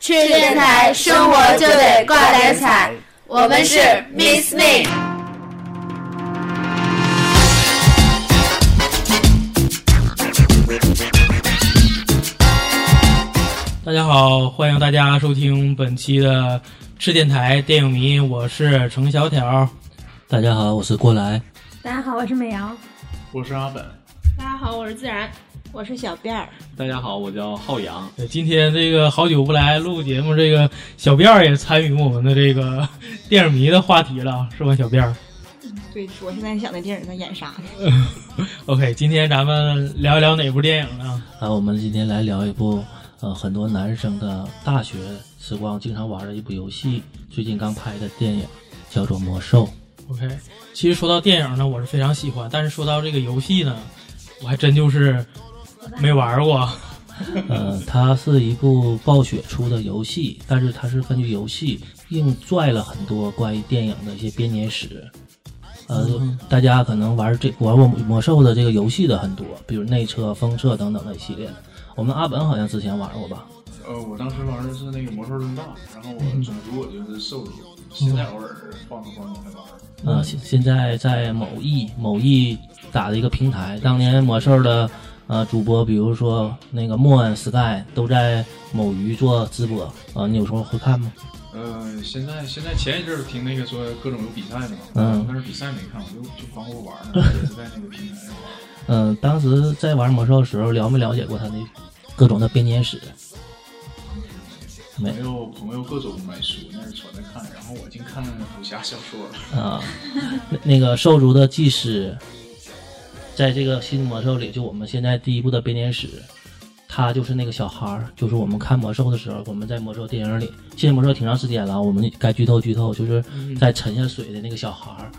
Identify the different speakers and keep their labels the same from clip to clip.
Speaker 1: 去电台，生活就得挂点彩。我们是 Miss Me。
Speaker 2: 大家好，欢迎大家收听本期的赤电台电影迷，我是程小条。
Speaker 3: 大家好，我是郭来。
Speaker 4: 大家好，我是美瑶。
Speaker 5: 我是阿本。
Speaker 6: 大家好，我是自然，我是小辫儿。
Speaker 7: 大家好，我叫浩洋。
Speaker 2: 呃今天这个好久不来录节目，这个小辫儿也参与我们的这个电影迷的话题了，是吧，小辫儿
Speaker 6: 对，我现在想那电影在演啥呢？
Speaker 2: ？OK，今天咱们聊一聊哪部电影呢？
Speaker 3: 啊，我们今天来聊一部呃很多男生的大学时光经常玩的一部游戏，最近刚拍的电影叫做《魔兽》。
Speaker 2: OK，其实说到电影呢，我是非常喜欢，但是说到这个游戏呢，我还真就是没玩过。
Speaker 3: 呃，它是一部暴雪出的游戏，但是它是根据游戏硬拽了很多关于电影的一些编年史。呃，
Speaker 7: 嗯
Speaker 3: 大家可能玩这玩过魔兽的这个游戏的很多，比如内测、封测等等的一系列。我们阿本好像之前玩过吧？
Speaker 5: 呃，我当时玩的是那个魔兽争霸，然后我种族我就是兽族，现在偶尔放松放松还玩。
Speaker 3: 呃，现现在在某易某易打的一个平台，当年魔兽的呃主播，比如说那个莫恩 Sky 都在某鱼做直播，呃，你有时候会看吗？
Speaker 5: 呃，现在现在前一阵儿听那个说各种有比赛嘛，
Speaker 3: 嗯
Speaker 5: 但是比赛没看，我就就光顾玩呢，也是在那个平台上玩。
Speaker 3: 嗯、当时在玩魔兽的时候，了没了解过他的各种的编年史？没
Speaker 5: 朋友朋友各种买书那儿传着看，然后我净看武侠小说了。
Speaker 3: 啊、那那个兽族的祭司，在这个新魔兽里，就我们现在第一部的编年史，他就是那个小孩儿，就是我们看魔兽的时候，我们在魔兽电影里，现在魔兽挺长时间了，我们该剧透剧透，就是在沉下水的那个小孩儿，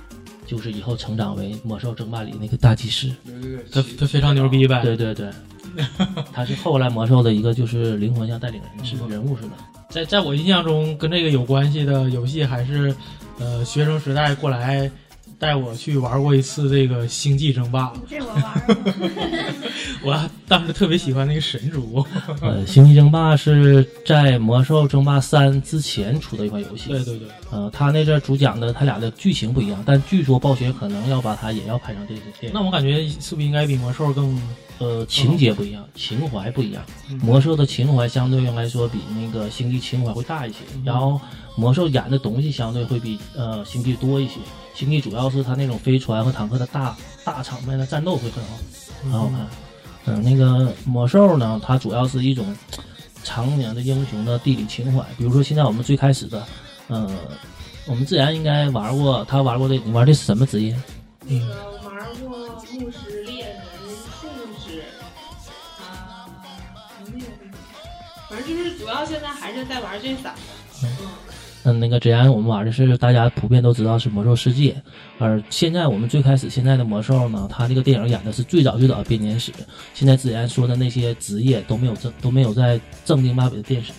Speaker 3: 就是以后成长为魔兽争霸里那个大祭司。
Speaker 5: 对对对，
Speaker 2: 他
Speaker 5: 其实
Speaker 2: 他非常牛逼呗。
Speaker 3: 对对对，他是后来魔兽的一个就是灵魂像带领人似的人物似的。
Speaker 2: 在在我印象中，跟这个有关系的游戏还是，呃，学生时代过来带我去玩过一次这个《星际争霸》，
Speaker 4: 这我玩过，
Speaker 2: 我当时特别喜欢那个神族。
Speaker 3: 呃，星际争霸是在魔兽争霸三之前出的一款游戏。
Speaker 2: 对对对，
Speaker 3: 呃，他那阵儿主讲的他俩的剧情不一样，但据说暴雪可能要把它也要拍成这个电影。
Speaker 2: 那我感觉是不是应该比魔兽更？
Speaker 3: 呃，情节不一样，情怀不一样。
Speaker 2: 嗯
Speaker 3: 魔兽的情怀相对来说比那个星际情怀会大一些，然后魔兽演的东西相对会比呃星际多一些。星际主要是它那种飞船和坦克的大大场面的战斗会很好，很好看。嗯，那个魔兽呢，它主要是一种常年的英雄的地理情怀，比如说现在我们最开始的，呃，我们自然应该玩过，他玩过的，你玩的是什么职业？
Speaker 8: 那个玩过牧师、猎人、护士，啊、那个，反正就是主要现在还是在玩这三个。
Speaker 3: 嗯，那个之前我们玩的是大家普遍都知道是魔兽世界，而现在我们最开始现在的魔兽呢，它这个电影演的是最早最早的编年史。现在之前说的那些职业都没有正都没有在正经八百的电视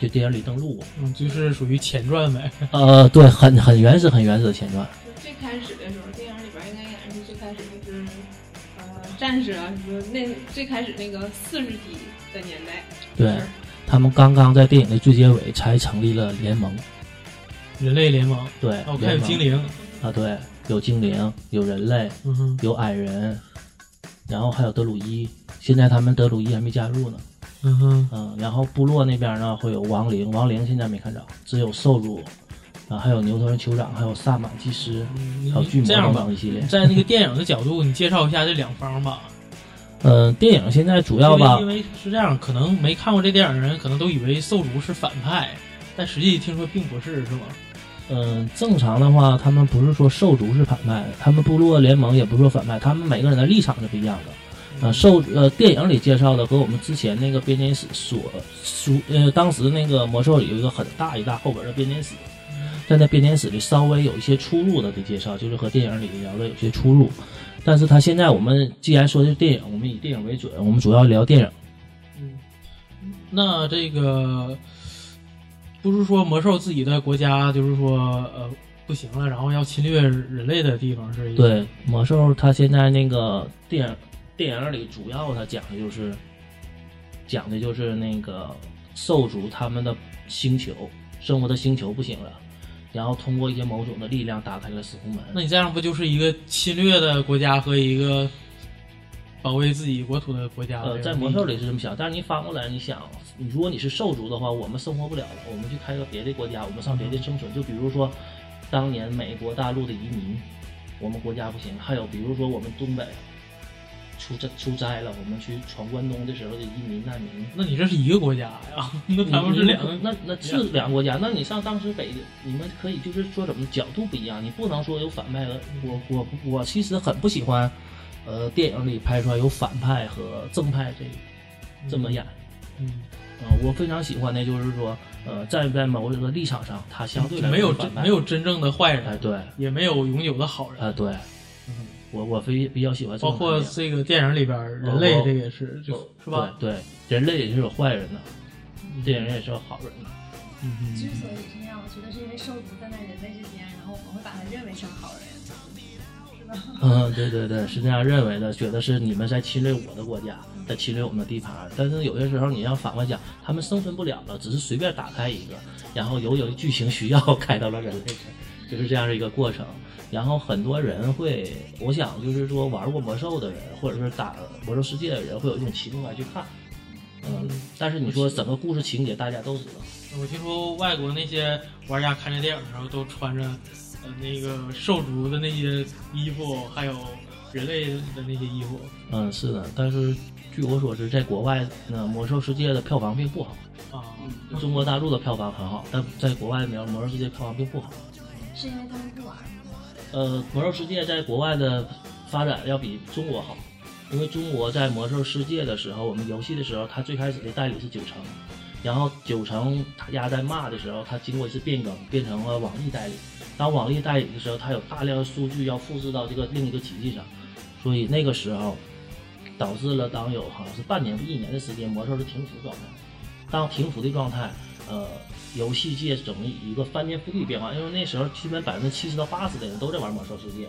Speaker 3: 就电影里登 录过。
Speaker 2: 嗯，就是属于前传呗。
Speaker 3: 呃，对，很很原始很原始的前传。
Speaker 8: 嗯就最开始的时候，电影里边应该演的是最开始就是，呃，战士啊什么那最开始那个四十级的年代。
Speaker 3: 对他们刚刚在电影的最结尾才成立了联盟，
Speaker 2: 人类联盟，
Speaker 3: 对，
Speaker 2: 哦，看
Speaker 3: 联
Speaker 2: 有
Speaker 3: 盟
Speaker 2: 精灵，
Speaker 3: 啊，对，有精灵，有人类，
Speaker 2: 嗯哼，
Speaker 3: 有矮人，然后还有德鲁伊。现在他们德鲁伊还没加入呢。
Speaker 2: 嗯哼，
Speaker 3: 嗯，然后部落那边呢会有亡灵，亡灵现在没看着，只有兽族，啊，还有牛头人酋长，还有萨满祭司，
Speaker 2: 嗯
Speaker 3: 还有巨魔
Speaker 2: 这样
Speaker 3: 等
Speaker 2: 吧
Speaker 3: 等一系列。
Speaker 2: 在那个电影的角度，你介绍一下这两方吧。
Speaker 3: 嗯、电影现在主要吧
Speaker 2: 因，为因为是这样，可能没看过这电影的人，可能都以为兽族是反派，但实际听说并不是，是吗？
Speaker 3: 嗯、正常的话，他们不是说兽族是反派，他们部落联盟也不是说反派，他们每个人的立场是不一样的。呃，兽呃，电影里介绍的和我们之前那个编年史所书呃，当时那个魔兽里有一个很大一大后本的编年史，在那编年史里稍微有一些出入的的介绍，就是和电影里聊的有些出入。但是它现在我们既然说是电影，我们以电影为准，我们主要聊电影。
Speaker 2: 嗯，那这个不是说魔兽自己的国家就是说呃不行了，然后要侵略人类的地方是一个，
Speaker 3: 对，魔兽它现在那个电影电影里主要它讲的就是讲的就是那个兽族他们的星球生活的星球不行了，然后通过一些某种的力量打开了时空门。
Speaker 2: 那你这样不就是一个侵略的国家和一个保卫自己国土的国家？
Speaker 3: 呃，在魔兽里是这么想，但是你反过来你想，你如果你是兽族的话，我们生活不了了，我们去开个别的国家，我们上别的生存。就比如说，当年美国大陆的移民，我们国家不行；还有比如说我们东北出灾出灾了，我们去闯关东的时候的移民难民。
Speaker 2: 那你这是一个国家呀？那 咱们是两个。
Speaker 3: 那那是两个国家。那你上当时北，你们可以就是说怎么角度不一样，你不能说有反派和我我我其实很不喜欢，呃，电影里拍出来有反派和正派这这么演。
Speaker 2: 嗯，
Speaker 3: 啊、我非常喜欢的就是说，呃，站在某一个立场上，他相对
Speaker 2: 就
Speaker 3: 来
Speaker 2: 没有真
Speaker 3: 说是反派
Speaker 2: 没有真正的坏
Speaker 3: 哎
Speaker 2: 人，
Speaker 3: 对呃啊、
Speaker 2: 也没有永久的好人。
Speaker 3: 对，
Speaker 2: 嗯
Speaker 3: 我我非比较喜欢这
Speaker 2: 包
Speaker 3: 种
Speaker 2: 括
Speaker 3: 观点
Speaker 2: 这个电影里边儿，人类这也是，就
Speaker 3: 哦
Speaker 2: 是吧？
Speaker 3: 对对，人类也是有坏人的，电影也是有好人的。
Speaker 2: 嗯嗯
Speaker 4: 之
Speaker 2: 嗯
Speaker 4: 所以是那样，我觉得是因为兽族站在人类之间，然后我们会把它认为成好人，是吧？
Speaker 3: 嗯，对对对，是这样认为的，觉得是你们在侵略我的国家，在侵略我们的地盘。但是有些时候，你要反过来讲，他们生存不了了，只是随便打开一个，然后由于剧情需要 开到了人类这，就是这样的一个过程。然后很多人会，我想就是说玩过魔兽的人，或者是打魔兽世界的人，会有一种奇怪去看。嗯，但是你说整个故事情节，大家都知道。
Speaker 2: 我听说外国那些玩家看这电影的时候，都穿着呃那个兽族的那些衣服，还有人类的那些衣服。
Speaker 3: 嗯，是的，但是据我所知，在国外，那魔兽世界的票房并不好。
Speaker 2: 啊，
Speaker 8: 嗯
Speaker 3: 中国大陆的票房很好，但在国外《魔兽世界》票房并不好。
Speaker 4: 是因为他们不玩吗？
Speaker 3: 呃，《魔兽世界》在国外的发展要比中国好，因为中国在《魔兽世界》的时候，我们游戏的时候，它最开始的代理是九城，然后九城大家在骂的时候，它经过一次变更，变成了网易代理。当网易代理的时候，它有大量的数据要复制到这个另一个机器上，所以那个时候导致了当有好像是半年、一年的时间，魔兽是停服状态。当停服的状态，呃，游戏界整个一个翻天覆地变化，因为那时候基本百分之七十到八十的人都在玩魔兽世界，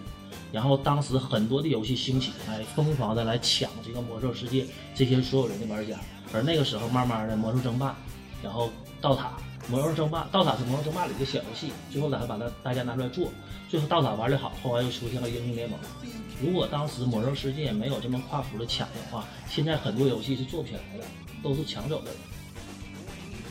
Speaker 3: 然后当时很多的游戏兴起，来疯狂的来抢这个魔兽世界这些所有人的玩家，而那个时候慢慢的魔兽争霸，然后道塔。魔兽争霸，道塔是魔兽争霸里的小游戏，最后打算把它大家拿出来做，最后道塔玩的好，后来又出现了英雄联盟。如果当时魔兽世界没有这么跨服的抢的话，现在很多游戏是做不起来的，都是抢走的。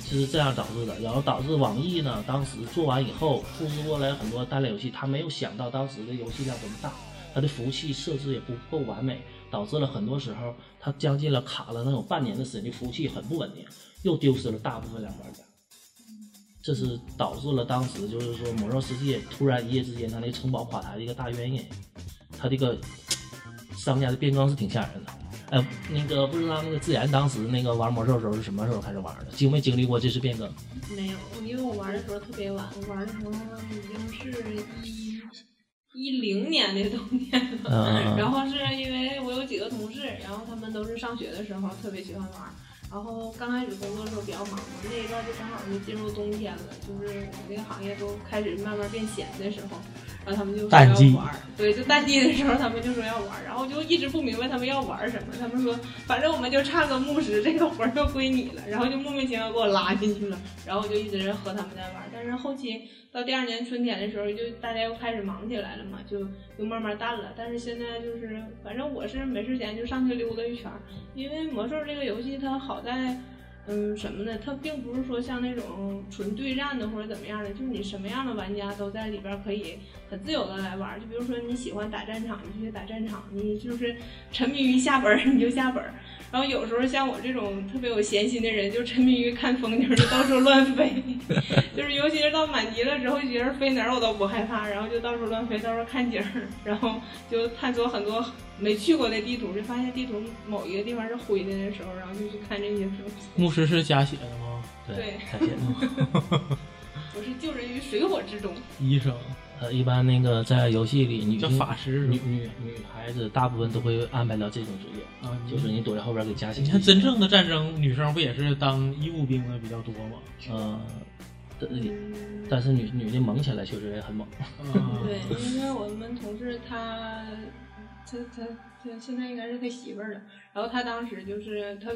Speaker 3: 是这样导致的，然后导致网易呢，当时做完以后复制过来很多单类游戏，他没有想到当时的游戏量这么大，它的服务器设置也不够完美，导致了很多时候它将近了卡了能有半年的时间，这服务器很不稳定，又丢失了大部分量玩家。这是导致了当时就是说《魔兽世界》突然一夜之间它那个城堡垮台的一个大原因，它这个商家的变更是挺吓人的。哎，那个不知道那个自然当时那个玩魔兽的时候是什么时候开始玩的？经没经历过这次变更？
Speaker 8: 没有，因为我玩的时候特别晚，我玩的时候已经是一一零年的冬天了。
Speaker 2: 呃
Speaker 3: 嗯
Speaker 8: 然后是因为我有几个同事，然后他们都是上学的时候特别喜欢玩儿，然后刚开始工作的时候比较忙嘛，那一段就正好就进入冬天了，就是我们这个行业都开始慢慢变闲的时候，然后他们就说
Speaker 2: 淡季
Speaker 8: 要玩儿，对，就淡季的时候他们就说要玩儿，然后我就一直不明白他们要玩儿什么，他们说反正我们就差个牧师，这个活儿就归你了，然后就莫名其妙给我拉进去了，然后我就一直和他们在玩儿，但是后期。到第二年春天的时候，就大家又开始忙起来了嘛，就就慢慢淡了。但是现在就是，反正我是没事闲就上去溜达一圈儿，因为魔兽这个游戏它好在，嗯什么呢？它并不是说像那种纯对战的或者怎么样的，就是你什么样的玩家都在里边儿可以很自由的来玩儿。就比如说你喜欢打战场，你就去打战场；你就是沉迷于下本儿，你就下本儿。然后有时候像我这种特别有闲心的人，就沉迷于看风景，就到处乱飞。 就是尤其是到满级了之后，觉得飞哪儿我都不害怕，然后就到处乱飞，到处看景儿，然后就探索很多没去过的地图，就发现地图某一个地方是灰的的时候，然后就去看这些东西。
Speaker 2: 牧师是加血的吗？
Speaker 8: 对
Speaker 3: 感谢。嗯
Speaker 8: 我是救人于水火之中，
Speaker 2: 医生
Speaker 3: 呃，一般那个在游戏里女
Speaker 2: 叫法师
Speaker 3: 女
Speaker 2: 是吧
Speaker 3: 女女孩子大部分都会安排到这种职业，
Speaker 2: 啊，
Speaker 3: 就是你躲在后边给加血。
Speaker 2: 你看真正的战争，女生不也是当医务兵的比较多吗？
Speaker 3: 呃，但但是女女的猛起来确实也很猛。
Speaker 2: 啊，
Speaker 8: 对，因为我们同事他，他他他现在应该是他媳妇儿了。然后他当时就是他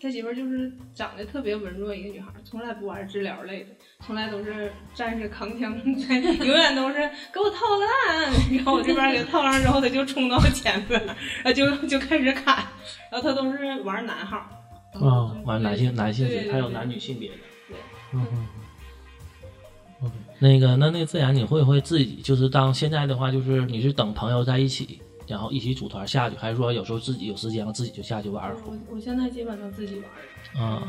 Speaker 8: 他媳妇儿就是长得特别文弱一个女孩儿，从来不玩治疗类的，从来都是战士扛枪 在，永远都是给我套个蛋，然后我这边给他套上之后，他就冲到前面，然后就就开始砍，然后他都是玩男号儿，
Speaker 2: 啊
Speaker 3: 完男性男性
Speaker 8: 对
Speaker 3: 是
Speaker 8: 对
Speaker 3: 还有
Speaker 8: 对
Speaker 3: 男女性别的。
Speaker 2: 嗯嗯嗯，OK，
Speaker 3: 那个，那那自然你会不会自己就是当现在的话，就是你是等朋友在一起，然后一起组团下去，还是说有时候自己有时间了自己就下去玩了？
Speaker 8: 我我现在基本上自己玩儿。
Speaker 3: 啊，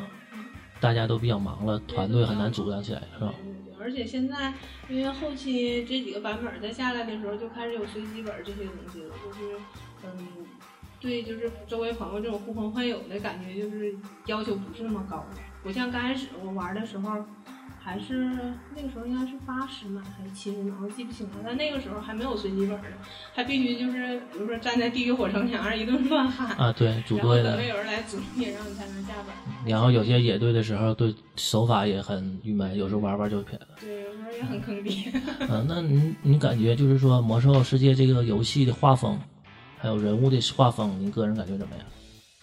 Speaker 3: 大家都比较忙了，团队很难组织起来，
Speaker 8: 嗯
Speaker 3: 是吧？
Speaker 8: 而且现在，因为后期这几个版本再下来的时候，就开始有随机本这些东西了，就是，嗯，对，就是周围朋友这种呼朋唤友的感觉，就是要求不是那么高了。不像刚开始我玩的时候，还是那个时候应该是八十满还是七十满，我记不清了。但那个时候还没有随机本呢，还必须就是，比如说站在地狱火城墙上一顿乱喊，
Speaker 3: 啊，对，组
Speaker 8: 然后
Speaker 3: 队
Speaker 8: 等
Speaker 3: 的
Speaker 8: 着，有人来组你，然后你才能下本。
Speaker 3: 然后有些野队的时候，对手法也很郁闷，有时候玩玩就偏了。
Speaker 8: 对，有时候也很坑爹。
Speaker 3: 嗯、那你你感觉就是说《魔兽世界》这个游戏的画风，还有人物的画风，你个人感觉怎么样？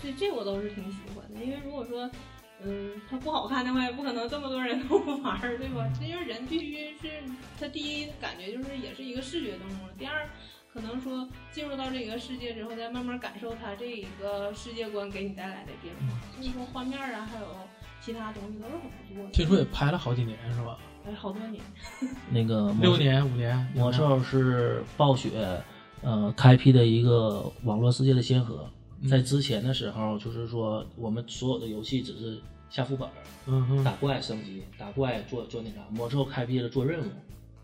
Speaker 8: 这这我都是挺喜欢的，因为如果说，嗯，它不好看的话，也不可能这么多人 都玩儿，对吧？这就是人必须是，它第一感觉就是也是一个视觉动物，第二可能说进入到这个世界之后，再慢慢感受它这一个世界观给你带来的变化，
Speaker 2: 嗯
Speaker 8: 所以说画面啊，还有其他东西都是很不错的。
Speaker 2: 听说也拍了好几年是吧？
Speaker 8: 哎，好多年，
Speaker 3: 那个魔
Speaker 2: 六年五年，
Speaker 3: 魔兽是暴雪，呃，开辟的一个网络世界的先河。
Speaker 2: 嗯
Speaker 3: 在之前的时候，就是说我们所有的游戏只是下副本儿，
Speaker 2: 嗯哼
Speaker 3: 打怪升级，打怪做做那啥。魔兽开辟了做任务，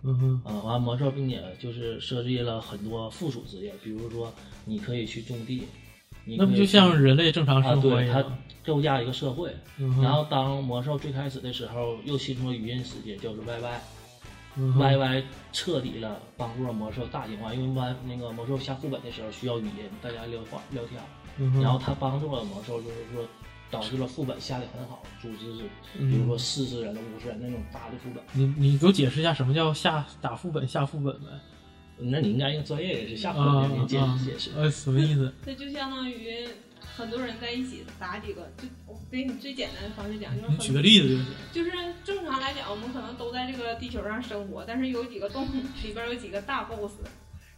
Speaker 2: 嗯哼
Speaker 3: 啊，完了魔兽，并且就是设计了很多附属职业，比如说你可以去种地，你
Speaker 2: 那不
Speaker 3: 可以
Speaker 2: 就
Speaker 3: 去
Speaker 2: 像人类正常
Speaker 3: 啊，
Speaker 2: 生活一
Speaker 3: 对，它
Speaker 2: 样？
Speaker 3: 构架一个社会。
Speaker 2: 嗯哼
Speaker 3: 然后当魔兽最开始的时候，又新出了语音世界，就是 YY。
Speaker 2: 嗯哼
Speaker 3: YY 彻底了帮助了魔兽大型化，因为 Y 那个魔兽下副本的时候需要语音，大家聊话聊天，
Speaker 2: 嗯哼
Speaker 3: 然后他帮助了魔兽，就是说导致了副本下的很好，组织是
Speaker 2: 嗯
Speaker 3: 比如说四十人、五十人那种大的副本，
Speaker 2: 你你给我解释一下什么叫下打副本下副本呗？
Speaker 3: 那你应该用专业人士下副
Speaker 2: 啊
Speaker 3: 本，你解
Speaker 2: 啊
Speaker 3: 释解释。
Speaker 2: 呃，什么意思？
Speaker 8: 这就相当于很多人在一起打几个，就我给你最简单的方式讲，就是
Speaker 2: 你
Speaker 8: 很
Speaker 2: 举个例子就行。
Speaker 8: 就是正常来讲，我们可能都在这个地球上生活，但是有几个洞 里边有几个大 boss，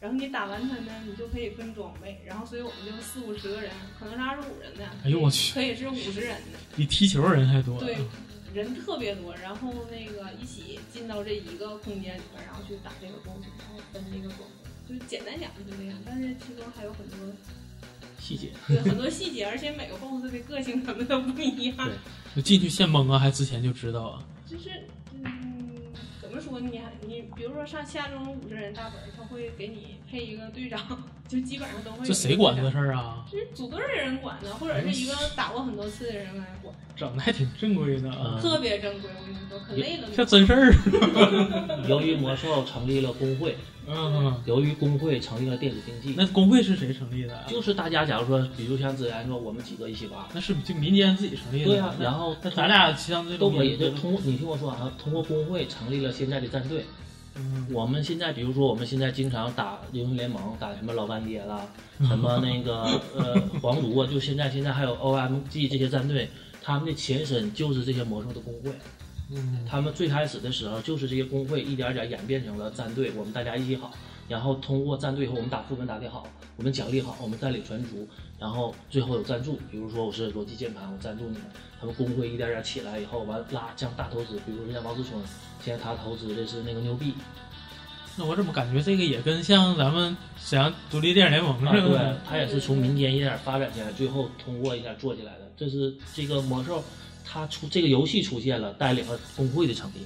Speaker 8: 然后你打完它呢，你就可以分装备，然后所以我们就四五十个人，可能是二十五人的，
Speaker 2: 哎呦我去，
Speaker 8: 可以是五十人的，
Speaker 2: 比踢球人还多。
Speaker 8: 对，人特别多，然后那个一起进到这一个空间里边，然后去打这个 boss，然后分这个装备，就简单讲就这样，但是其中还有很多
Speaker 3: 细节，
Speaker 8: 对很多细节，而且每个 boss 的个性可能都不一样。
Speaker 2: 就进去现蒙啊，还之前就知道啊。
Speaker 8: 就是嗯，怎么说呢？你还你比如说上下这种五十人大本儿，他会给你配一个队长，就基本上都会有一个
Speaker 2: 这谁管这
Speaker 8: 队长？
Speaker 2: 事儿啊？
Speaker 8: 就是组队儿的人管的，或者是一个打过很多次的人来管，
Speaker 2: 整的还挺正规的啊，
Speaker 8: 特别正规。我跟你说，可累
Speaker 3: 嗯
Speaker 8: 了。
Speaker 2: 像真事儿。
Speaker 3: 由于魔兽成立了工会，
Speaker 2: 嗯，
Speaker 3: 由于工会成立了电子竞技，
Speaker 2: 那工会是谁成立的啊？
Speaker 3: 就是大家假如说，比如像之前说我们几个一起玩，
Speaker 2: 那是就民间自己成立的。
Speaker 3: 对啊，然
Speaker 2: 后
Speaker 3: 后
Speaker 2: 那咱俩像这
Speaker 3: 都
Speaker 2: 种
Speaker 3: 可以，
Speaker 2: 也
Speaker 3: 就通过你听我说啊，通过工会成立了现在的战队。
Speaker 2: 嗯
Speaker 3: 我们现在比如说我们现在经常打英雄联盟，打什么老干爹啦，什么那个呃皇族啊，就现在现在还有 OMG 这些战队，他们的前身就是这些魔兽的工会，
Speaker 2: 嗯
Speaker 3: 他们最开始的时候就是这些工会一点点演变成了战队，我们大家一起好。然后通过战队和我们打副本打得好，我们奖励好，我们带领全族，然后最后有赞助，比如说我是逻辑键盘，我赞助你们，他们工会一点点起来以后，完拉像大投资，比如说像王思聪，现在他投资的是那个牛逼，
Speaker 2: 那我怎么感觉这个也跟像咱们沈阳独立电影联盟
Speaker 3: 啊，
Speaker 2: 似
Speaker 3: 对
Speaker 2: 的？，
Speaker 3: 它也是从民间一点发展起来，最后通过一点做起来的。这是这个魔兽，它出这个游戏出现了，带领了工会的成立，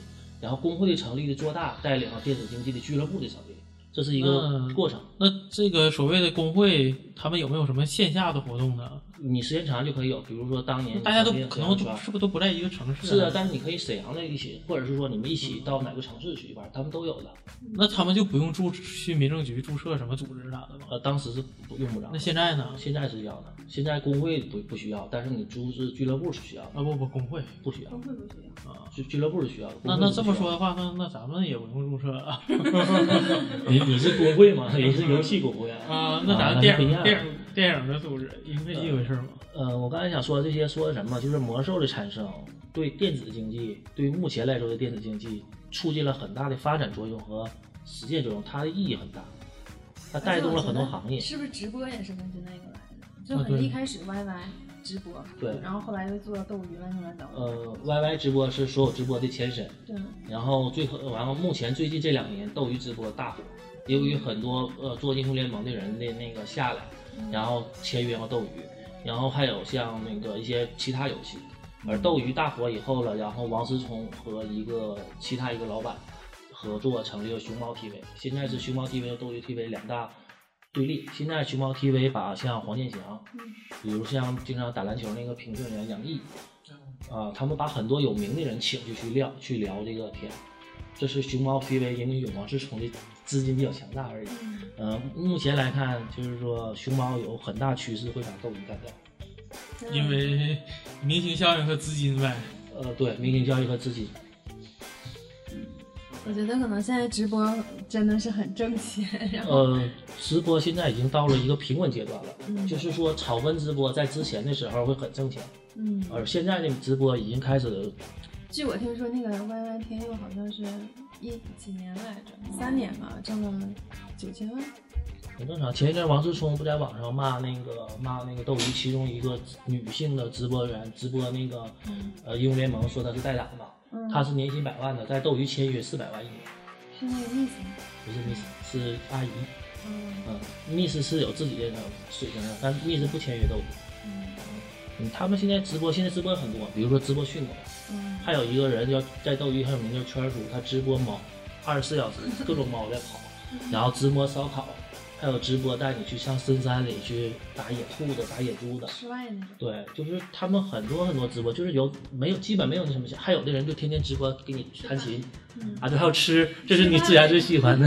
Speaker 3: 然后工会的成立的做大，带领了电子竞技的俱乐部的成立，这是一个
Speaker 2: 嗯
Speaker 3: 过程。
Speaker 2: 那这个所谓的工会，他们有没有什么线下的活动呢？
Speaker 3: 你时间长就可以有，比如说当年
Speaker 2: 大家都
Speaker 3: 你曾经
Speaker 2: 可能
Speaker 3: 沈
Speaker 2: 都
Speaker 3: 阳
Speaker 2: 是
Speaker 3: 圈
Speaker 2: 不是都不在一个城市？
Speaker 3: 是啊，，但是你可以沈阳的一起，或者是说你们一起到哪个城市去玩，他们都有的。
Speaker 2: 那他们就不用注去民政局注册什么组织啥的吗？
Speaker 3: 呃，当时是不用不着的。
Speaker 2: 那现在呢？
Speaker 3: 现在是要的，现在工会不不需要，但是你租是俱乐部是需要的，
Speaker 2: 啊不不，工会
Speaker 3: 不需要
Speaker 8: 都会不需要。
Speaker 3: 俱俱乐部是需要的。
Speaker 2: 那
Speaker 3: 工会
Speaker 2: 那
Speaker 3: 是
Speaker 2: 这么
Speaker 3: 不需
Speaker 2: 说
Speaker 3: 要的
Speaker 2: 的话，那那咱们也不用注册啊
Speaker 3: 你你是工会吗？你是游戏工会啊？
Speaker 2: 啊，那咱
Speaker 3: 啊
Speaker 2: 电
Speaker 3: 那不一
Speaker 2: 影
Speaker 3: 样嗯
Speaker 2: 电影电影的组织一个一回事吗？
Speaker 3: 呃，我刚才想说的这些，说什么？就是魔兽的产生对电子经济，对目前来说的电子经济，促进了很大的发展作用和实践作用，它的意义很大，它带动了很多行业。
Speaker 4: 是不是直播也是根据那个来的？就
Speaker 2: 啊
Speaker 4: 很
Speaker 2: 对
Speaker 4: 一开始 YY 直播，
Speaker 3: 对
Speaker 4: 然后后来又做斗鱼乱七八糟。
Speaker 3: 呃，YY 直播是所有直播的前身，
Speaker 4: 对，
Speaker 3: 然后最后，然后目前最近这两年，斗鱼直播大火，由于很多呃做英雄联盟的人的那个下来，然后签约和斗鱼，然后还有像那个一些其他游戏，而斗鱼大火以后了，然后王思聪和一个其他一个老板合作成立了熊猫 TV，现在是熊猫 TV 和斗鱼 TV 两大对立。现在熊猫 TV 把像黄健翔，比如像经常打篮球那个评论员杨毅，啊，他们把很多有名的人请去去聊去聊这个天，这是熊猫 TV 因为有王思聪的资金比较强大而已。呃，目前来看，就是说熊猫有很大趋势会把斗鱼干掉。
Speaker 2: 因为明星效应和资金呗。
Speaker 3: 呃，对，明星交易和资金，
Speaker 4: 我觉得可能现在直播真的是很挣钱，然后
Speaker 3: 呃，直播现在已经到了一个平稳阶段了，就是说草根直播在之前的时候会很挣钱，
Speaker 4: 嗯，
Speaker 3: 而现在的直播已经开始，
Speaker 4: 据我听说，那个 YY 天佑好像是一几年来着，三年吧，挣了九千万。
Speaker 3: 很正常。前一阵王思聪不在网上骂那个骂那个斗鱼其中一个女性的直播员直播那个呃英雄联盟，说她是代打嘛，
Speaker 4: 嗯
Speaker 3: 她是年薪百万的，在斗鱼签约四百万一年，
Speaker 4: 是那个意思。
Speaker 3: 不是 miss 是阿姨，嗯，miss 是有自己的水平的，但 miss 不签约斗鱼。嗯，他们现在直播，现在直播很多，比如说直播训狗，还有一个人叫在斗鱼很有名叫圈儿叔，他直播猫，二十四小时各种猫在跑，然后直播烧烤，还有直播带你去上深山里去打野兔子、打野猪的。
Speaker 4: 室外那种，
Speaker 3: 对，就是他们很多很多直播，就是有没有基本没有那什么，还有的人就天天直播给你弹琴，啊，对，还有吃，这是你自然最喜欢的。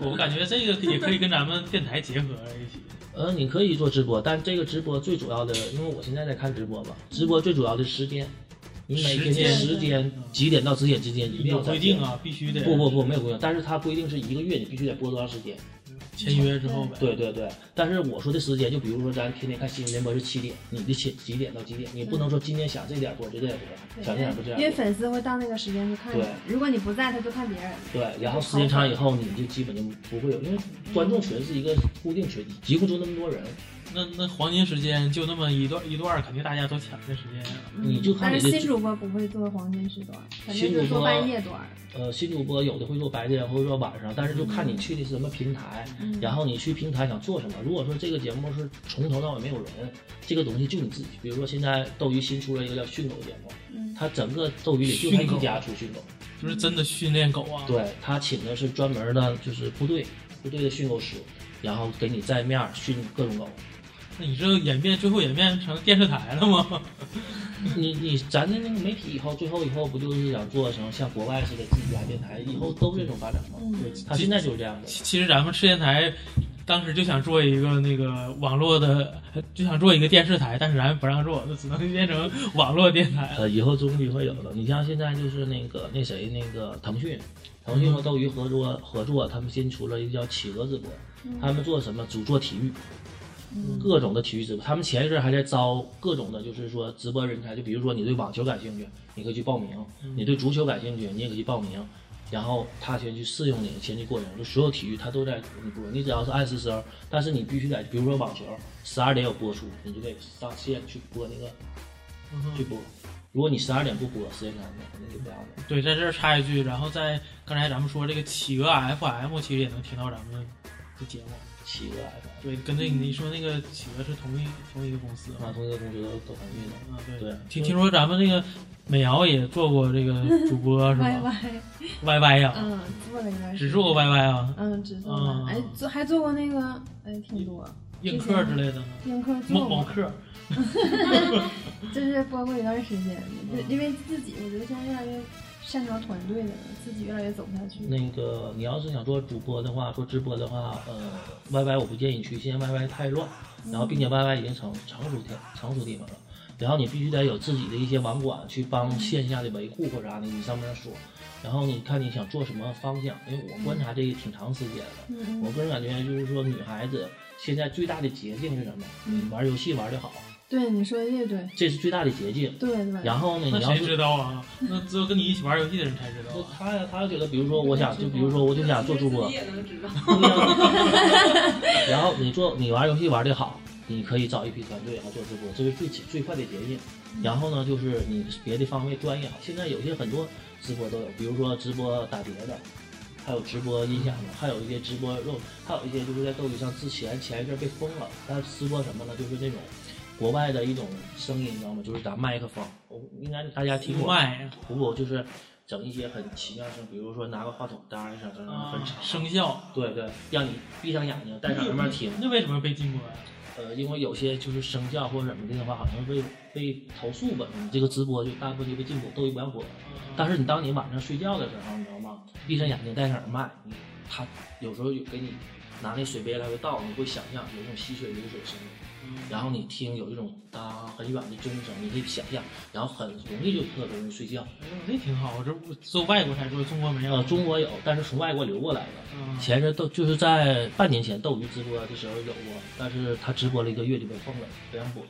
Speaker 2: 我感觉这个也可以跟咱们电台结合在一起。
Speaker 3: 呃，你可以做直播，但这个直播最主要的，因为我现在在看直播嘛，直播最主要的时间，你每天的时
Speaker 2: 时
Speaker 3: 间几点到几点之间一定要
Speaker 2: 有
Speaker 3: 在
Speaker 2: 规定。啊，必须得
Speaker 3: 不不不，没有规定，但是它规定是一个月你必须得播多长时间。
Speaker 2: 签约之后呗。
Speaker 3: 对对对，但是我说的时间，就比如说咱天天看新闻联播是七点，你的几几点到几点，你不能说今天想这点播就这点播，想这点播这
Speaker 4: 因为
Speaker 3: 点播。
Speaker 4: 粉丝会到那个时间去看你
Speaker 3: 对，
Speaker 4: 如果你不在，他就看别人。
Speaker 3: 对，然后时间长以后，你就基本就不会有，因为观众群是一个固定群，集不住那么多人，
Speaker 2: 那那黄金时间就那么一段一段，肯定大家都抢这时间呀。
Speaker 3: 你就看
Speaker 4: 嗯但
Speaker 3: 你
Speaker 4: 是
Speaker 3: 的
Speaker 4: 新主播不会做黄金时段，反正
Speaker 3: 新
Speaker 4: 就
Speaker 3: 主
Speaker 4: 是做
Speaker 3: 播
Speaker 4: 半夜段。
Speaker 3: 呃，新主播有的会做白天，会做晚上，但是就看你去的是什么平台，然后你去平台想做什么。如果说这个节目是从头到尾没有人，这个东西就你自己。比如说现在斗鱼新出了一个叫训狗节目，它整个斗鱼里就他一家出训狗，
Speaker 2: 就是真的训练狗啊。
Speaker 3: 对他请的是专门的，就是部队部队的训狗师，然后给你在面儿训各种狗。
Speaker 2: 那你这演变最后演变成电视台了吗？
Speaker 3: 你你咱的那个媒体以后最后以后不就是想做成像国外似的自己家电台，以后都这种发展吗？对，他现在就是这样的。
Speaker 2: 其其实咱们赤电台当时就想做一个那个网络的，就想做一个电视台，但是咱不让做，就只能变成网络电台了。
Speaker 3: 呃，以后终于会有的。你像现在就是那个那谁那个腾讯，腾讯和斗鱼合作合作，他们新出了一个叫企鹅直播，他们做什么？主做体育，各种的体育直播。他们前一阵还在招各种的，就是说直播人才，就比如说你对网球感兴趣，你可以去报名；你对足球感兴趣，你也可以报名。然后他先去试用你，先去过程，就所有体育他都在你播，你只要是按时时候，但是你必须得，比如说网球，十二点有播出，你就得上线去播那个去播。如果你十二点不播，时间长了那就不要了。
Speaker 2: 对，在这儿插一句，然后在刚才咱们说这个企鹅 FM，其实也能听到咱们的节目。
Speaker 3: 七个 FM，
Speaker 2: 对，跟这你说那个企鹅是同一同一个公司啊
Speaker 3: 马
Speaker 2: 嘛？
Speaker 3: 同学同学都都很运动。
Speaker 2: 啊，对
Speaker 3: 对
Speaker 2: 听听说咱们那个美瑶也做过这个主 播是
Speaker 4: 歪
Speaker 2: 吧
Speaker 4: 歪，
Speaker 2: ？YY 呀，
Speaker 4: 嗯，做了一段时间。
Speaker 2: 只做过 YY 啊，
Speaker 4: 嗯，只做了
Speaker 2: 嗯，
Speaker 4: 哎，做还做过那个，哎，挺多。
Speaker 2: 映客之类的呢，
Speaker 4: 映客做
Speaker 2: 某某
Speaker 4: 过，
Speaker 2: 客。
Speaker 4: 就是播过一段时间，
Speaker 3: 嗯
Speaker 4: 就因为自己，我觉得现在越来越擅长团队的了，自己越来越走不下去。
Speaker 3: 那个你要是想做主播的话，做直播的话，呃，YY 我不建议你去，现在 YY 太乱，然后并且 YY 已经成成熟地成熟地方了，然后你必须得有自己的一些网管去帮线下的维护或者啥的，你上面说。然后你看你
Speaker 4: 嗯
Speaker 3: 想做什么方向，因为我观察这个挺长时间了，我个人感觉就是说女孩子现在最大的捷径是什么？
Speaker 4: 嗯
Speaker 3: 你玩游戏玩的好，
Speaker 4: 对，你说的这对，
Speaker 3: 这是最大的捷径。
Speaker 4: 对对。
Speaker 3: 然后呢，
Speaker 2: 那
Speaker 3: 你要
Speaker 2: 谁
Speaker 3: 是
Speaker 2: 知道啊？那只有跟你一起玩游戏的人才知道
Speaker 3: 就
Speaker 2: 啊。
Speaker 3: 他呀，他觉得，比如说，我想就比如说，我就想做主播
Speaker 8: 自己，也 能知道。
Speaker 3: 然后你做你玩游戏玩的好，你可以找一批团队然后做直播，这是最起最快的捷径。然后呢，就是你别的方面专业好，现在有些很多直播都有，比如说直播打碟的，还有直播音响的，还有一些直播肉，还有一些就是在斗鱼上之前前一阵被封了，他直播什么呢？就是那种国外的一种声音，你知道吗？就是拿麦克风，我应该大家啊听过，
Speaker 2: 卖呀
Speaker 3: 不过就是整一些很奇妙的声，比如说拿个话筒当一声，真的很
Speaker 2: 啊，
Speaker 3: 长。
Speaker 2: 生效。
Speaker 3: 对对，让你闭上眼睛，戴上耳麦听。
Speaker 2: 那为什么被禁播呀？
Speaker 3: 呃，因为有些就是生效或者怎么的的话，好像被被投诉吧，你这个直播就大部分就被禁播，斗鱼不让播。但是你当你晚上睡觉的时候，你知道吗？闭上眼睛，戴上耳麦，你他有时候有给你拿那水杯来回倒，你会想象有一种溪水流水声音，然后你听有一种哒很远的钟声，你可以想象，然后很容易就特别容易睡觉。
Speaker 2: 嗯那挺好，这不只有外国才做，中国没有。
Speaker 3: 呃，中国有，但是从外国流过来的。
Speaker 2: 嗯
Speaker 3: 前阵斗就是在半年前斗鱼直播的时候有过，但是他直播了一个月就被封了，不让播。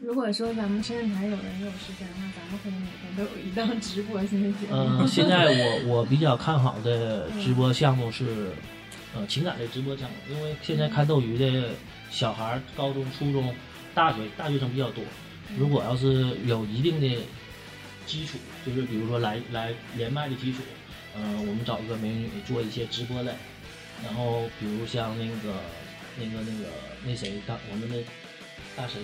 Speaker 4: 如果说咱们深圳台有人有时间的话，咱们可以每天都有一档直播性的节目。
Speaker 3: 嗯，现在我我比较看好的直播项目是，呃，情感类直播项目，因为现在看斗鱼的小孩儿，高中、初中、大学大学生比较多。如果要是有一定的基础，就是比如说来来连麦的基础，呃，我们找一个美女做一些直播类，然后比如像那个那个那个那谁大我们的大神，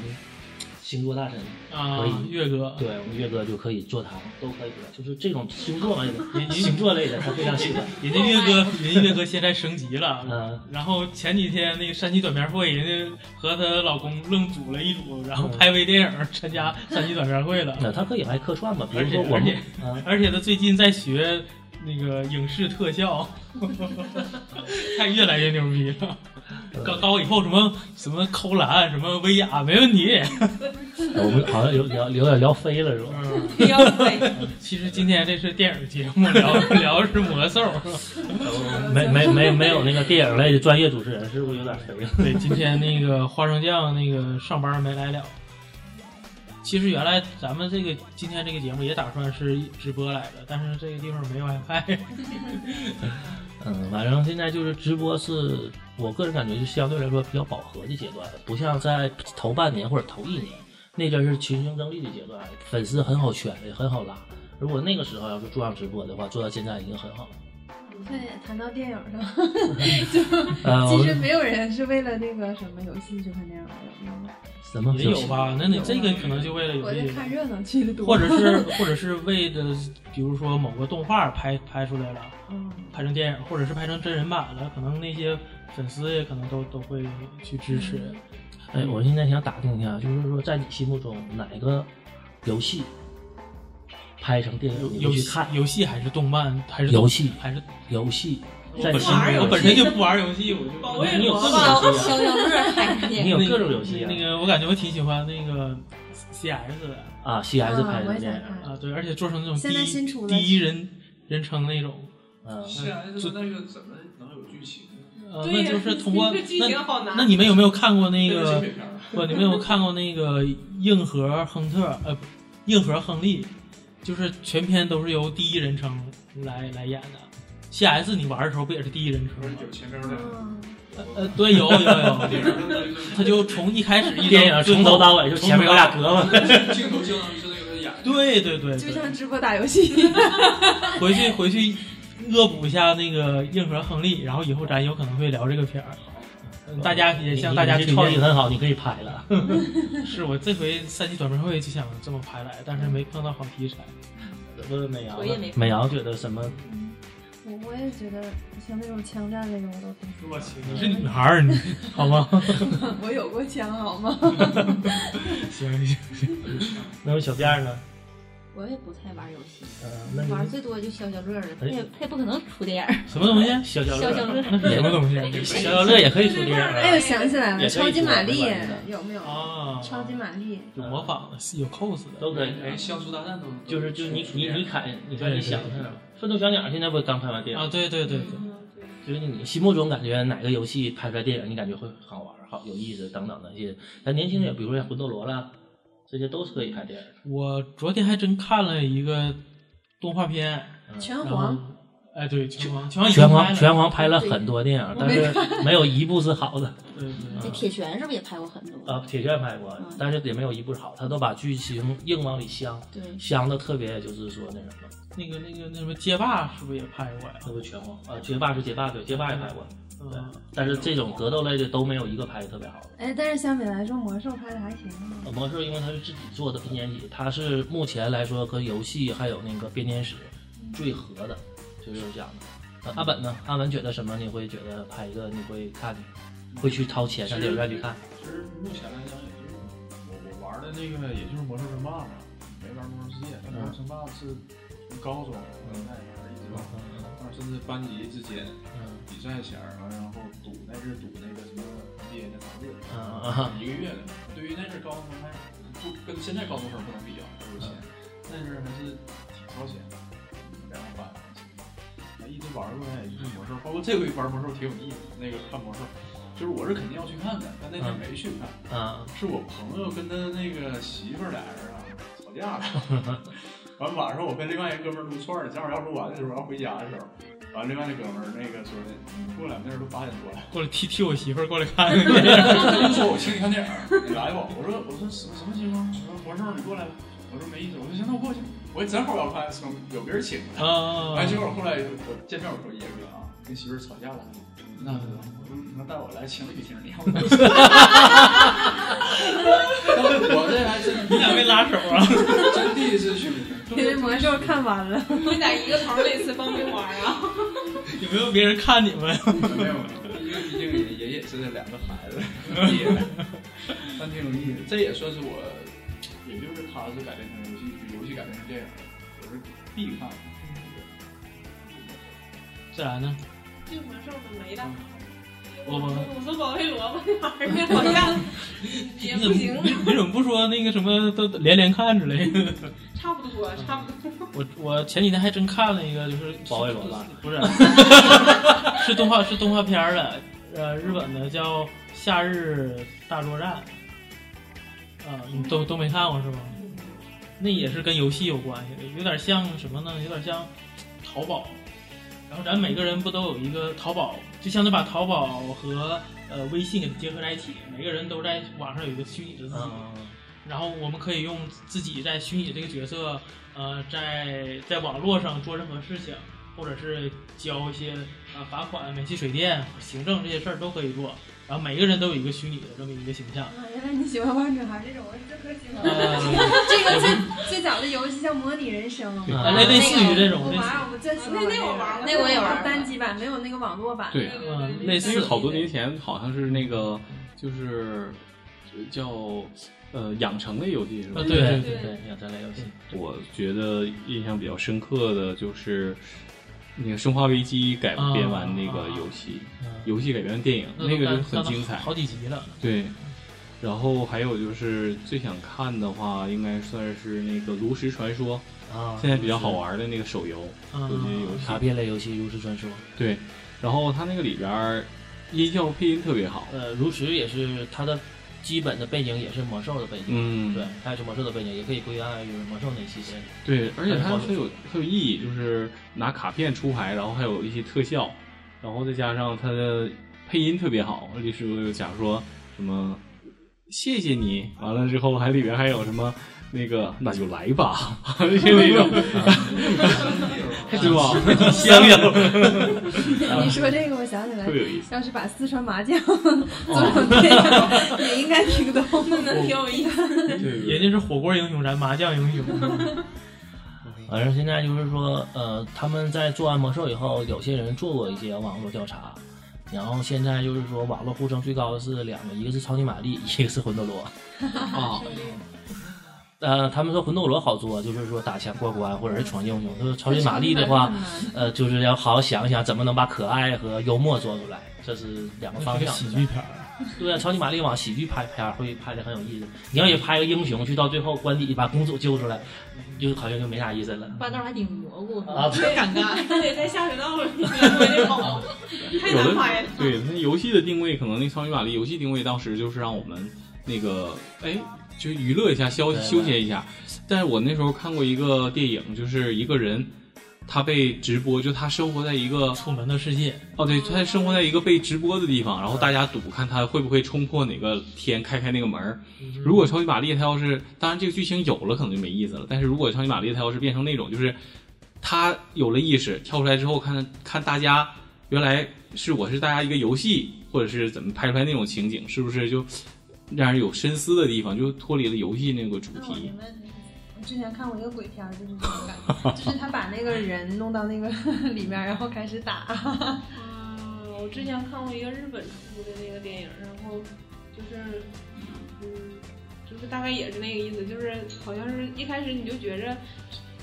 Speaker 3: 星座大神，
Speaker 2: 啊
Speaker 3: 可以，
Speaker 2: 岳哥，
Speaker 3: 对，我们岳哥就可以坐堂，都可以的，就是这种星座类的，星座类的他非常喜欢。
Speaker 2: 人家岳哥，人家岳哥现在升级了。
Speaker 3: 嗯
Speaker 2: 然后前几天那个山西短片会，人家和她老公愣组了一组，然后
Speaker 3: 嗯
Speaker 2: 拍微电影参加山西短片会了。
Speaker 3: 那他可以还客串嘛，比如
Speaker 2: 而且
Speaker 3: 说嗯我
Speaker 2: 而
Speaker 3: 们
Speaker 2: 且，
Speaker 3: 嗯，
Speaker 2: 而且他最近在学那个影视特效，他越来越牛逼了。
Speaker 3: 嗯
Speaker 2: 高高以后什么什么扣篮，什么威亚，没问题。
Speaker 3: 我们好像有聊有点聊飞了是吧？
Speaker 2: 其实今天这是电影节目，聊聊的是魔兽。
Speaker 3: 没没没没有那个电影类的专业主持人，是不是有点飞了？
Speaker 2: 对，今天那个花生酱那个上班没来了。其实原来咱们这个今天这个节目也打算是直播来的，但是这个地方没 WiFi。
Speaker 3: 嗯，反正现在就是直播是我个人感觉是相对来说比较饱和的阶段，不像在头半年或者头一年那阵儿是群星争利的阶段，粉丝很好圈，也很好拉。如果那个时候要是做上直播的话，做到现在已经很好了。
Speaker 4: 对，谈到电影 上，
Speaker 2: 呃
Speaker 4: 就其实没有人是为了那个什么游戏去看电影的。嗯
Speaker 3: 什么
Speaker 2: 也有？吧？那你这个可能就为了游
Speaker 4: 我在
Speaker 2: 戏，
Speaker 4: 看热闹去的多，
Speaker 2: 或者是或者是为了，比如说某个动画拍拍出来了，
Speaker 4: 嗯，
Speaker 2: 拍成电影，或者是拍成真人版了，可能那些粉丝也可能都都会去支持。
Speaker 3: 哎，我现在想打听一下，就是说在你心目中哪个游戏拍成电
Speaker 8: 嗯
Speaker 3: 影你
Speaker 2: 游
Speaker 3: 会去
Speaker 2: 戏
Speaker 3: 看？
Speaker 2: 游戏还是动漫还是
Speaker 3: 游戏
Speaker 2: 还是
Speaker 3: 游戏
Speaker 8: 我
Speaker 3: 在
Speaker 2: 本
Speaker 3: 你
Speaker 8: 不
Speaker 3: 心
Speaker 8: 玩
Speaker 3: 目
Speaker 8: 游
Speaker 2: 身我
Speaker 3: 中，
Speaker 8: 戏
Speaker 2: 本身就不玩游戏，我就
Speaker 8: 保卫
Speaker 3: 你有
Speaker 8: 我
Speaker 3: 各种
Speaker 8: 吧
Speaker 3: 游戏啊，
Speaker 6: 消消乐还是
Speaker 3: 你有各种游戏啊
Speaker 2: 那个我感觉我挺喜欢那个 CS 的
Speaker 3: 啊，CS 拍
Speaker 4: 我
Speaker 3: 成
Speaker 4: 也想
Speaker 3: 电
Speaker 4: 看
Speaker 3: 影，
Speaker 2: 啊，对，而且做成那种
Speaker 4: 现在
Speaker 2: 第
Speaker 4: 新出
Speaker 2: 一
Speaker 4: 了
Speaker 2: 第一人人称那种，
Speaker 3: 嗯，
Speaker 5: 是啊，就是那个怎么能有剧情呢？
Speaker 2: 呃，
Speaker 8: 对
Speaker 2: 那
Speaker 8: 呀
Speaker 2: 就是通过
Speaker 8: 这个剧情
Speaker 2: 那
Speaker 8: 好难
Speaker 2: 那你们有没有看过那
Speaker 5: 那
Speaker 2: 个
Speaker 5: 警匪片儿，
Speaker 2: 不？你们有没有看过那个硬核亨特呃，不硬核亨利，就是全篇都是由第一人称来来演的。C.S. 你玩的时候不也是第一人
Speaker 5: 不
Speaker 2: 称
Speaker 5: 是
Speaker 2: 吗？
Speaker 5: 有前面的
Speaker 4: 嗯，
Speaker 2: 呃，对，有有
Speaker 5: 电
Speaker 2: 有，
Speaker 5: 影，
Speaker 2: 他就从一开始一
Speaker 3: 电
Speaker 2: 张
Speaker 3: 影从头到尾就前面有俩胳 膊。
Speaker 5: 镜头相当于是那个演的。
Speaker 2: 对对对，
Speaker 4: 就
Speaker 2: 对
Speaker 4: 像直播打游戏，
Speaker 2: 回去回去恶补一下那个硬核亨利，然后以后咱有可能会聊这个片儿。嗯大家也向大家
Speaker 3: 你
Speaker 2: 推
Speaker 3: 这创意
Speaker 2: 荐，
Speaker 3: 很好，你可以拍 了。
Speaker 2: 是我这回三级短片会就想这么拍来，但是没碰到好题材。
Speaker 3: 问问美瑶
Speaker 6: 我也没
Speaker 3: 吧，美瑶觉得什么？
Speaker 4: 我我也觉得像那种枪战类的我都挺喜
Speaker 2: 我去，你是女孩儿，你 好吗？
Speaker 4: 欢， 我有过枪好吗？
Speaker 2: 行行，
Speaker 3: 那位小辫儿呢？
Speaker 6: 我也不太玩游戏，
Speaker 3: 嗯，那
Speaker 6: 玩
Speaker 3: 你哎
Speaker 6: 最多就消消乐了，他也他也不可能出电影，
Speaker 2: 什么东西？
Speaker 3: 消消
Speaker 6: 消消
Speaker 3: 乐，
Speaker 6: 乐
Speaker 2: 那是什么东西？
Speaker 3: 消消乐也可以出电影
Speaker 2: 呃
Speaker 3: 啊。
Speaker 4: 哎呦，想起来了，
Speaker 3: 也可以
Speaker 4: 超级玛丽
Speaker 3: 直播没关系的
Speaker 4: 有没有？
Speaker 2: 啊，
Speaker 4: 超级玛丽，
Speaker 2: 有模仿的，有 cos 的，
Speaker 3: 都可以。
Speaker 5: 哎，像素大战都
Speaker 3: 就是就是你你你砍，你说你想
Speaker 2: 对对对
Speaker 3: 奋斗小鸟现在不刚拍完电影
Speaker 2: 啊，
Speaker 3: 吗？
Speaker 2: 对对对对，
Speaker 8: 嗯对
Speaker 3: 就是你心目中感觉哪个游戏拍出来电影，你感觉会好玩、好有意思等等的一些。咱年
Speaker 2: 嗯
Speaker 3: 轻人，比如说像《魂斗罗》啦，这些都是可以拍电影的。
Speaker 2: 我昨天还真看了一个动画片，
Speaker 3: 嗯
Speaker 4: 拳
Speaker 2: 然后
Speaker 4: 皇，
Speaker 2: 哎，对，拳皇，拳皇已经
Speaker 3: 拳
Speaker 2: 拍
Speaker 3: 皇
Speaker 2: 了
Speaker 3: 拳皇拍了很多电影，但
Speaker 4: 没
Speaker 3: 是 没有一部是好的。
Speaker 2: 对对
Speaker 6: 这铁拳是不是也拍过很多？
Speaker 3: 呃，铁拳拍过，
Speaker 2: 嗯
Speaker 3: 但是也没有一部是好，他都把剧情硬往里镶，
Speaker 6: 对，
Speaker 3: 镶的特别，就是说那什么，
Speaker 2: 那个那个那什么街霸是不是也拍过呀？
Speaker 3: 那不拳皇啊，街霸是街霸，对，街霸也拍过，对
Speaker 2: 嗯，。
Speaker 3: 但是这种格斗类的都没有一个拍的特别好的。
Speaker 4: 哎，但是相比来说，魔兽拍的还行啊。
Speaker 3: 呃魔兽因为它是自己做的编年史，它是目前来说和游戏还有那个编年史最合的，就是这样的。呃阿本呢？阿本觉得什么？你会觉得拍一个你会看，会去掏钱上电影院去看？
Speaker 5: 其实目前来讲，也就是我我玩的那个，也就是魔兽争霸嘛，没玩魔兽世界。
Speaker 3: 嗯
Speaker 5: 但魔兽争霸是从高中到现在玩一直玩，到甚至班级之间
Speaker 3: 嗯
Speaker 5: 比赛前儿，完然后赌那阵儿赌那个什么 NBA 的杂志，
Speaker 3: 啊
Speaker 5: 一个月的。对于那阵儿高中生来说，不跟现在高中生不能比啊，都有钱。那阵儿还是挺超前的，两百万。还一直玩过来，一直魔兽，包括这回玩魔兽挺有意思。那个看魔兽，就是我是肯定要去看的，但那天没去看。
Speaker 3: 啊啊！
Speaker 5: 是我朋友跟他那个媳妇儿俩人啊吵架了，完晚上我跟另外一个哥们儿撸串儿，正好要撸完的时候，要回家的时候，完另外那哥们儿那个说的，你过来，那时候都八点多了，
Speaker 2: 过来踢踢我媳妇儿过来 看看，
Speaker 5: 就说我请你看电影儿，你来吧。我说我说什么什么情况？我说魔兽你过来吧。我说没意思，我说行，那我过去。我正好要看，从有别人请的。
Speaker 2: 啊
Speaker 5: 完，结果后来我见面我说爷哥啊，跟媳妇儿吵架了。那不能，我说你能带我来情侣厅，你要不？ 我这还真
Speaker 2: 你俩没拉手啊？
Speaker 5: 真第一次去，
Speaker 4: 因为魔兽看完了，
Speaker 8: 你在一个头儿类似爆米花啊？
Speaker 2: 有没有别人看你们？
Speaker 5: 没有，因为毕竟爷爷也是两个孩子，也但挺有意思。这也算是我，也就是他是改编成游戏，游戏改编成电影，我是必看。
Speaker 2: 自然呢？
Speaker 8: 这魔兽可没了。
Speaker 2: 我
Speaker 8: 我说保卫萝卜那玩意儿好像也不行，
Speaker 2: 你你怎么不说那个什么都连连看之类的？
Speaker 8: 差不多，差不多。
Speaker 2: 我我前几天还真看了一个，就是
Speaker 3: 保卫萝卜
Speaker 2: 不是，是 动画是动画片儿的，呃，日本的叫《夏日大作战》，啊，你都都没看过是吗？那也是跟游戏有关系的，有点像什么呢？有点像淘宝，然后咱每个人不都有一个淘宝，就相当于把淘宝和呃微信给结合在一起，每个人都在网上有一个虚拟的自己。
Speaker 3: 嗯
Speaker 2: 然后我们可以用自己在虚拟这个角色，呃，在在网络上做任何事情，或者是交一些呃罚款、煤气、水电、行政这些事儿都可以做。然后每个人都有一个虚拟的这么一个形 象。
Speaker 4: 啊原来你喜欢王者涵这种，我是最可喜欢的。
Speaker 2: 呃，
Speaker 4: 这个最最早的游戏叫《模拟人生》，啊
Speaker 2: 呃类类似于这种，
Speaker 4: 我
Speaker 2: 类似
Speaker 4: 玩，我最喜欢
Speaker 8: 那那我玩
Speaker 4: 这
Speaker 8: 过那
Speaker 4: 个
Speaker 8: 我也玩
Speaker 6: 过
Speaker 4: 单机版，没有那个网络版。
Speaker 7: 对
Speaker 2: 嗯类似
Speaker 7: 那个好多年前好像是那个就是叫呃养成类游戏是吧
Speaker 2: 呃？对对
Speaker 3: 对对，养成类游戏，
Speaker 7: 我觉得印象比较深刻的就是那个《生化危机》改编完那个游戏，
Speaker 2: 嗯，
Speaker 7: 游戏改编的电影，
Speaker 2: 都
Speaker 7: 那个就
Speaker 2: 干
Speaker 7: 很
Speaker 2: 干到
Speaker 7: 精彩。
Speaker 2: 好几集了。
Speaker 7: 对，然后还有就是最想看的话，应该算是那个《炉石传说》，
Speaker 3: 啊，
Speaker 7: 现在比较好玩的那个手游，手机游
Speaker 2: 嗯，
Speaker 7: 戏。
Speaker 3: 卡片类游戏《如是传说》。
Speaker 7: 对，然后它那个里边儿音效配音特别好。
Speaker 3: 呃，如石也是它的基本的背景也是魔兽的背景，
Speaker 7: 嗯，
Speaker 3: 对，它也是魔兽的背景，也可以归案于魔兽那系列。
Speaker 7: 对，而且它
Speaker 3: 很好
Speaker 7: 很有很有意义，就是拿卡片出牌，然后还有一些特效，然后再加上它的配音特别好，律师有讲说什么谢谢你，完了之后还里边还有什么。那个，那就来吧， 就那 个，对吧？香料
Speaker 2: 啊
Speaker 4: 你说这个，我想起来
Speaker 7: 特，别有意思。
Speaker 4: 要是把四川麻将 做
Speaker 2: 哦
Speaker 4: 成这样， 也应该挺懂
Speaker 2: 嗯
Speaker 4: 的。
Speaker 8: 挺有意思。
Speaker 2: 人家是火锅英雄，咱麻将英雄。
Speaker 3: 反正现在就是说，呃，他们在做完魔兽以后，有些人做过一些网络调查，然后现在就是说，网络呼声最高的是两个，一个是超级玛丽，一个是魂斗罗。哦
Speaker 7: 啊，
Speaker 3: 呃，他们说魂斗罗好做，就是说打枪过啊关或者是闯英雄。他说超级玛丽的话，呃，就是要好好想想怎么能把可爱和幽默做出来，这是两个方向。
Speaker 2: 喜剧片儿，
Speaker 3: 对啊，超级玛丽往喜剧拍片儿会拍的很有意思。你要也拍个英雄去到最后关底把公主救出来，就好像就没啥意思了。
Speaker 6: 霸道还挺蘑菇，
Speaker 3: 啊
Speaker 6: 特尴尬。
Speaker 8: 得在下水道里面跑，太
Speaker 7: 有
Speaker 8: 难
Speaker 7: 的
Speaker 8: 拍了。
Speaker 7: 对它游戏的定位，可能那《超级玛丽》游戏定位当时就是让我们那个哎，就娱乐一下、消
Speaker 3: 对
Speaker 7: 休闲一下。但是我那时候看过一个电影，就是一个人他被直播，就他生活在一个
Speaker 2: 楚门的世界，
Speaker 7: 哦，对，他生活在一个被直播的地方，然后大家赌看他会不会冲破哪个天，开开那个门儿。如果超级玛丽他要是，当然这个剧情有了可能就没意思了，但是如果超级玛丽他要是变成那种就是他有了意识，跳出来之后看看大家原来是我是大家一个游戏，或者是怎么拍出来那种情景，是不是就让人有深思的地方，就脱离了游戏那个主
Speaker 4: 那我
Speaker 7: 题
Speaker 4: 明。白你的意思。我之前看过一个鬼片儿，就是这种感觉，就是他把那个人弄到那个 里面，然后开始打。
Speaker 8: 嗯，我之前看过一个日本出的那个电影，然后就是，嗯，就是大概也是那个意思，就是好像是一开始你就觉着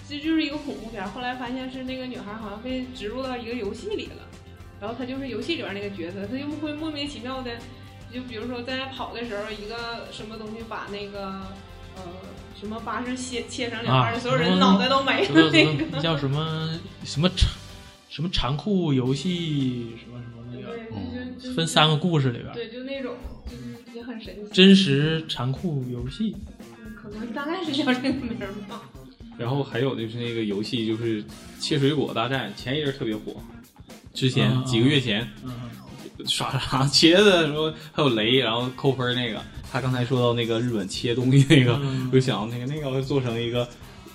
Speaker 8: 这就是一个恐怖片儿，后来发现是那个女孩好像被植入到一个游戏里了，然后她就是游戏里边那个角色，她就会莫名其妙的，就比如说在跑的时候，一个什么东西把那个呃什么巴士切切成两半儿，
Speaker 2: 啊
Speaker 8: 所有人脑袋都没
Speaker 2: 什么
Speaker 8: 了
Speaker 2: 什
Speaker 8: 那
Speaker 2: 么
Speaker 8: 个。
Speaker 2: 那叫什么什么残什么残酷游戏什么什么那个，
Speaker 8: 对，就
Speaker 2: 嗯
Speaker 8: 就
Speaker 2: 分三个故事里边，
Speaker 8: 对，就那种，就是也很神奇。
Speaker 2: 真实残酷游戏，
Speaker 8: 可能大概是叫这个名儿 吧。
Speaker 7: 然后还有就是那个游戏就是切水果大战，前一阵儿特别火，之前
Speaker 2: 嗯
Speaker 7: 几个月前。
Speaker 2: 嗯，
Speaker 7: 耍啥茄子，什么还有雷，然后扣分那个。他刚才说到那个日本切东西那个，
Speaker 2: 嗯
Speaker 7: 我就想到那个那个要做成一个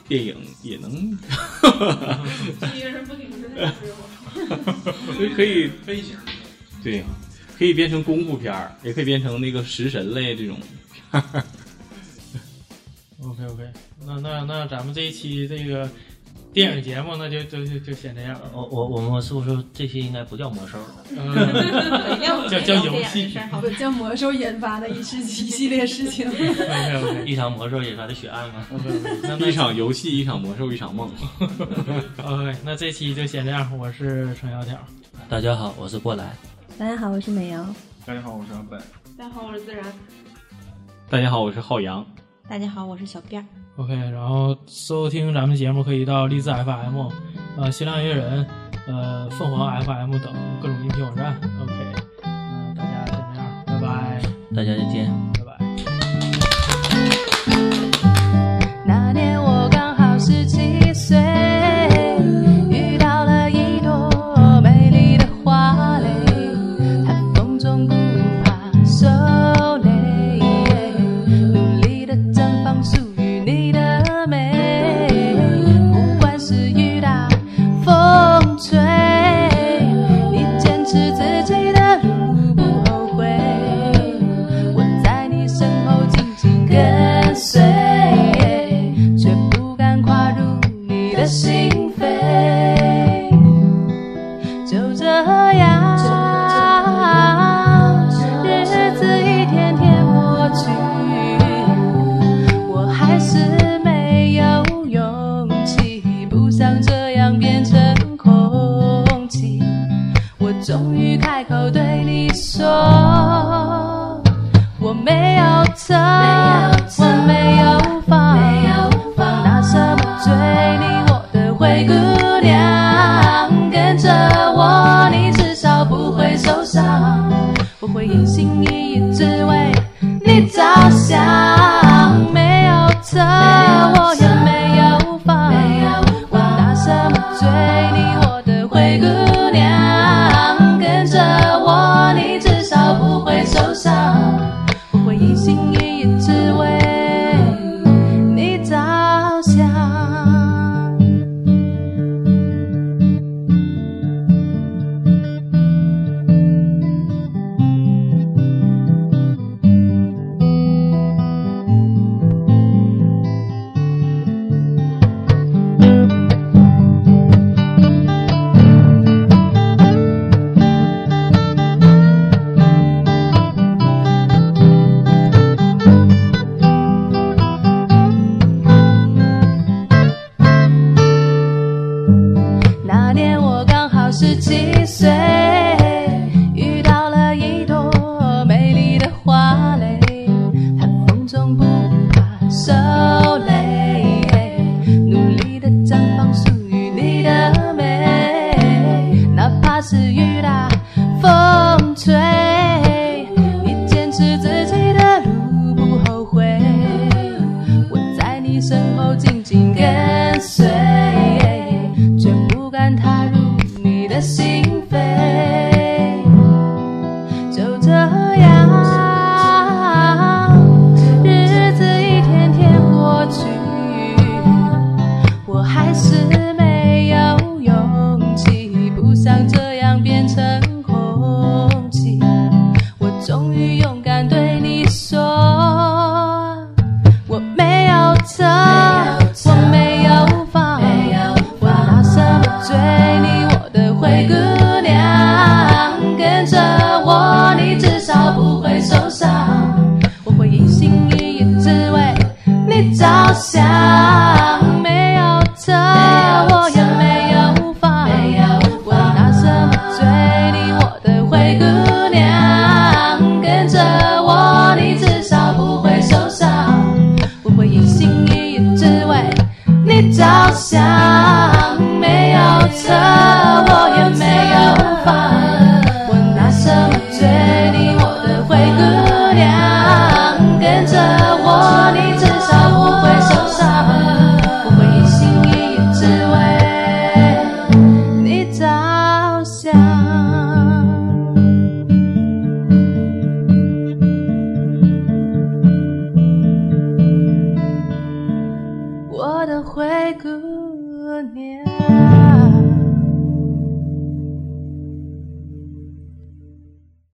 Speaker 7: 电影也能，
Speaker 8: 一个人不停的在吃我。
Speaker 7: 就可以
Speaker 5: 飞行，
Speaker 7: 对，可以变成功夫片儿，也可以变成那个食神类这种。
Speaker 2: OK OK，那那那咱们这一期这个电影节目，那就就就就先这样了。
Speaker 3: 我我我们是不是这些应该不叫魔兽了？
Speaker 2: 嗯，叫叫游戏
Speaker 4: 不叫魔兽引发的一事一系列事情。
Speaker 2: OK OK
Speaker 3: 一场魔兽引发的血案吗？
Speaker 2: OK，那
Speaker 7: 一
Speaker 2: 那
Speaker 7: 场游戏，一场魔兽，一场梦。
Speaker 2: OK，那这期就先这样。我是程小条，
Speaker 3: 大家好，我是过来。
Speaker 1: 大家好，我是美瑶。
Speaker 5: 大家好，我是阿本。
Speaker 8: 大家好，我是自然。
Speaker 7: 大家好，我是浩洋。
Speaker 6: 大家好，我是小辫儿。
Speaker 2: OK，然后收听咱们节目可以到荔枝 FM、呃新浪音乐人、呃凤凰 FM 等各种音频网站。OK，嗯、大家先这样，拜拜，
Speaker 3: 大家再见。
Speaker 2: 拜拜。
Speaker 1: 那年我刚好十七岁，遇到了一朵美丽的花蕾，它风中不怕受累，努力的绽放属于你的美。不管是雨打风吹，你坚持自己的路不后悔。我在你身后紧紧跟随，却不敢跨入你的心扉。就这样，日子一天天过去，我还是没有勇气，不想这样变成空气。我终于开口对你说，我没有错，我没有放，拿什么追你？我的灰姑娘，跟着我，你至少不会受伤。我会一心一意只为你着想，没有错，我也没有放，我拿什么追你？我的灰姑娘，跟着我，你至少不会受伤。我会一心一意只为你着想。那年我刚好十七岁，遇到了一朵美丽的花蕾，它风中不怕受累，努力的绽放属于你的美，哪怕是雨打
Speaker 7: 心扉，就这样，日子一天天过去，我还是没有勇气，不想这样变成空气。我终于勇敢对你说，我没有错，我没有放，我拿什么追你？我的灰姑娘，跟着我，你至少不会受伤。我会一心一意只为你着想，没有错，我也没有放，我拿什么追你？我的灰姑娘，跟着我，你至少不会受伤。我会一心一意只为你着想，没有错，我也没有放。我拿什么追你？我的灰姑娘，跟着我，你至少不会受伤。我会一心一意只为你着想。我的灰姑娘。